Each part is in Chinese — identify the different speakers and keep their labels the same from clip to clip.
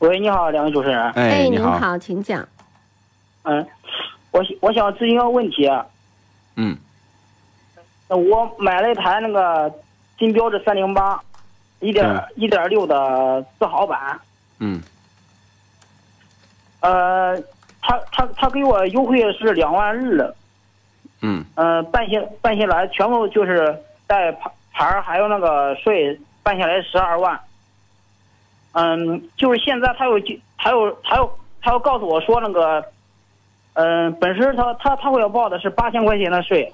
Speaker 1: 喂，你好，两位主持人。
Speaker 2: 哎，
Speaker 3: 您
Speaker 2: 你好，
Speaker 3: 好，请讲。
Speaker 1: 嗯，我想我想咨询个问题。啊
Speaker 2: 嗯，
Speaker 1: 我买了一台那个新标致三零八，一点
Speaker 2: 嗯
Speaker 1: 一点六的自豪版。
Speaker 2: 嗯，
Speaker 1: 呃，他他他给我优惠是两万日了。
Speaker 2: 嗯，
Speaker 1: 呃，办下办下来全部就是带牌牌儿还有那个税办下来十二万。嗯，就是现在他有他有他有他有告诉我说那个，嗯、本身他他他会要报的是八千块钱的税，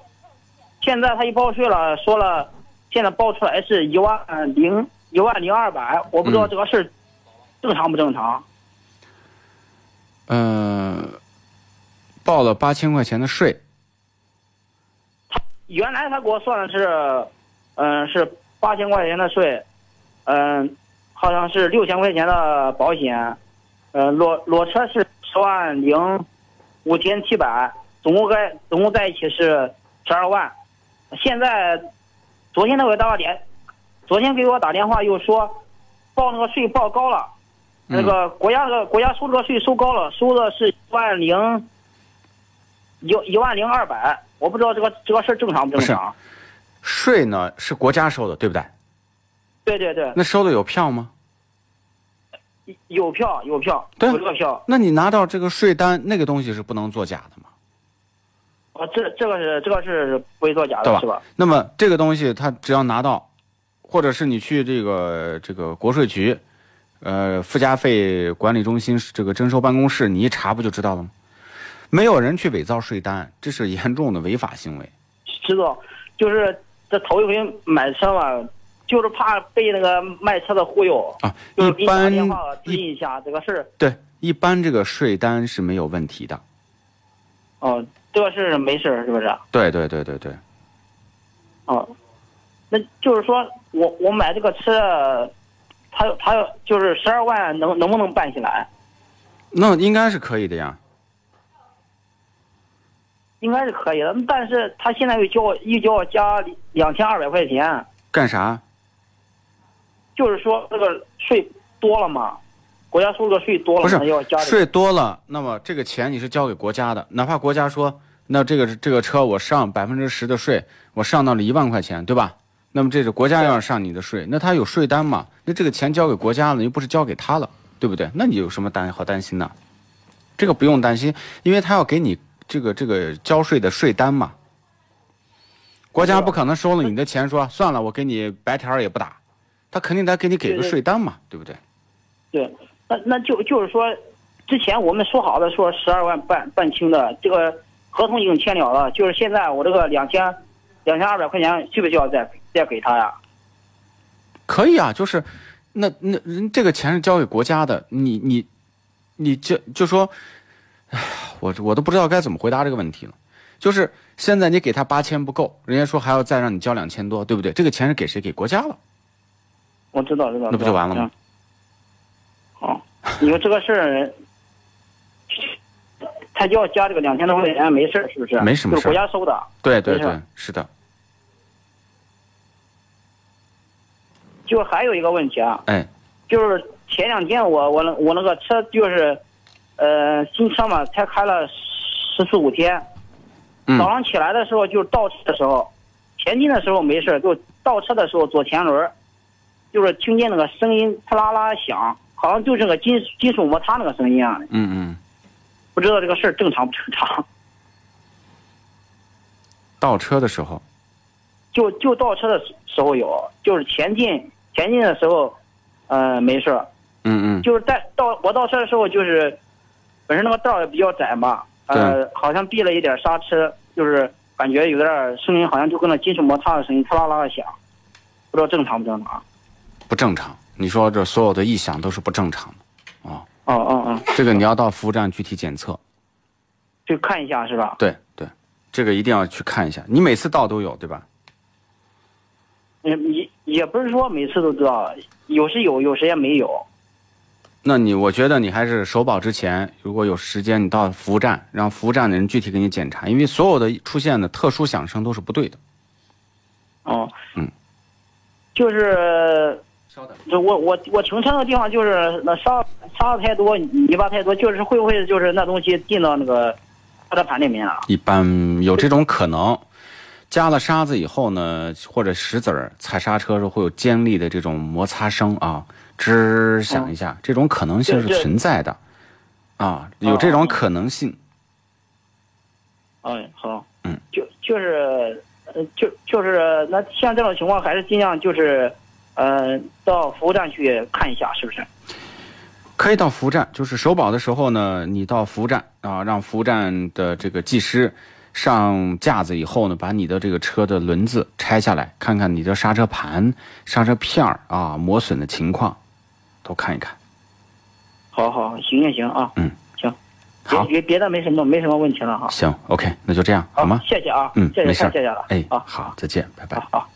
Speaker 1: 现在他一报税了，说了现在报出来是一万零一万零二百，我不知道
Speaker 2: 嗯
Speaker 1: 这个事儿正常不正常。
Speaker 2: 呃，报了八千块钱的税，
Speaker 1: 原来他给我算的是，嗯、是八千块钱的税，嗯、好像是六千块钱的保险，嗯、裸裸车是十万零五千七百，总共该总共在一起是十二万。现在，昨天他给我打电，昨天给我打电话又说，报那个税报高了，那
Speaker 2: 嗯
Speaker 1: 个国家的国家收这个税收高了，收的是一万零一一万零二百，我不知道这个这个事儿正常不正常。
Speaker 2: 税呢是国家收的，对不对？
Speaker 1: 对对对，
Speaker 2: 那收的有票吗？
Speaker 1: 有票有票，
Speaker 2: 对啊
Speaker 1: 有这个票，
Speaker 2: 那你拿到这个税单，那个东西是不能作假的嘛，
Speaker 1: 啊，这这个是这个是不会作假
Speaker 2: 对
Speaker 1: 的，
Speaker 2: 吧？
Speaker 1: 是吧？
Speaker 2: 那么这个东西，它只要拿到，或者是你去这个这个国税局，呃，附加费管理中心这个征收办公室，你一查不就知道了吗？没有人去伪造税单，这是严重的违法行为。
Speaker 1: 知道，就是这头一回买车嘛，就是怕被那个卖车的忽悠，
Speaker 2: 啊，
Speaker 1: 就是给
Speaker 2: 一
Speaker 1: 你打
Speaker 2: 般
Speaker 1: 电话咨
Speaker 2: 一
Speaker 1: 询一下这个事儿，
Speaker 2: 对一般这个税单是没有问题的。
Speaker 1: 哦、这个事儿没事儿是不是？
Speaker 2: 对对对对对，
Speaker 1: 哦，那就是说我我买这个车，它它就是十二万能能不能办起来？
Speaker 2: 那应该是可以的呀。
Speaker 1: 应该是可以的，但是他现在又叫我又叫我加两千二百块钱，
Speaker 2: 干啥？
Speaker 1: 就是说这个税多了嘛，国家收这个税多了
Speaker 2: 不
Speaker 1: 嘛，
Speaker 2: 是
Speaker 1: 要加这个
Speaker 2: 税多了，那么这个钱你是交给国家的，哪怕国家说，那这个这个车我上百分之十的税，我上到了一万块钱，对吧？那么这是国家要上你的税，那他有税单嘛？那这个钱交给国家了，又不是交给他了，对不对？那你有什么担好担心呢？这个不用担心，因为他要给你这个这个交税的税单嘛。国家不可能收了你的钱说算了，我给你白条儿也不打，他肯定得给你给个
Speaker 1: 对对
Speaker 2: 税单嘛，对不对？
Speaker 1: 对，那那就就是说，之前我们说好的说十二万办办清的，这个合同已经签了了，就是现在我这个两千两千二百块钱需不需要再再给他呀？
Speaker 2: 可以啊，就是，那那人这个钱是交给国家的，你你你就就说，哎，我我都不知道该怎么回答这个问题了。就是现在你给他八千不够，人家说还要再让你交两千多，对不对？这个钱是给谁？给国家了。
Speaker 1: 我知道，知道。
Speaker 2: 那不就完了吗
Speaker 1: 知道？哦，你说这个事儿，他要加这个两千多块钱没事儿是不是？
Speaker 2: 没什么
Speaker 1: 就是
Speaker 2: 事儿
Speaker 1: 国家收的，
Speaker 2: 对对
Speaker 1: 没事
Speaker 2: 对，是的。
Speaker 1: 就还有一个问题啊，
Speaker 2: 哎，
Speaker 1: 就是前两天我我那我那个车就是，呃，新车嘛，才开了十四五天，
Speaker 2: 嗯
Speaker 1: 早上起来的时候就是倒车的时候，前进的时候没事儿，就倒车的时候左前轮儿，就是听见那个声音啪啦啦响，好像就是个金金属摩擦那个声音啊，
Speaker 2: 嗯嗯，
Speaker 1: 不知道这个事儿正常不正常。
Speaker 2: 倒车的时候，
Speaker 1: 就就倒车的时时候有，就是前进前进的时候，呃，没事儿，
Speaker 2: 嗯嗯
Speaker 1: 就是在倒我倒车的时候，就是本身那个道儿也比较窄嘛，呃，好像避了一点刹车，就是感觉有点儿声音，好像就跟那金属摩擦的声音，啪啦啦的响，不知道正常不正常。
Speaker 2: 不正常。你说这所有的异响都是不正常的啊、
Speaker 1: 哦哦哦嗯，
Speaker 2: 这个你要到服务站具体检测。
Speaker 1: 去看一下是吧？
Speaker 2: 对对，这个一定要去看一下。你每次到都有对吧？
Speaker 1: 嗯，也也不是说每次都知道，有时有，有时也没有。
Speaker 2: 那你我觉得你还是首保之前，如果有时间，你到服务站，让服务站的人具体给你检查，因为所有的出现的特殊响声都是不对的。
Speaker 1: 哦，
Speaker 2: 嗯，
Speaker 1: 就是
Speaker 2: 稍等，
Speaker 1: 这我我我停车的地方就是那沙沙子太多，泥巴太多，就是会不会就是那东西进到那个刹车盘里面啊？
Speaker 2: 一般有这种可能，加了沙子以后呢，或者石子儿踩刹车时候会有尖利的这种摩擦声啊，吱响一下，这种可能性是
Speaker 1: 对对
Speaker 2: 存在的，啊，有这种可能性。
Speaker 1: 嗯，好，
Speaker 2: 嗯，
Speaker 1: 就就是呃，就就是那像这种情况，还是尽量就是，呃，到服务站去看一下，是不是？
Speaker 2: 可以到服务站，就是首保的时候呢，你到服务站啊，让服务站的这个技师上架子以后呢，把你的这个车的轮子拆下来，看看你的刹车盘、刹车片儿啊磨损的情况，都看一看。
Speaker 1: 好好，行行行啊，
Speaker 2: 嗯，
Speaker 1: 行，
Speaker 2: 好
Speaker 1: 别别别的没什么没什么问题了哈，
Speaker 2: 行，OK，那就这样好吗？
Speaker 1: 谢谢啊，
Speaker 2: 嗯
Speaker 1: 谢谢
Speaker 2: 没事儿
Speaker 1: 太谢谢了，
Speaker 2: 哎，
Speaker 1: 啊，
Speaker 2: 好，再见，拜拜。
Speaker 1: 好好。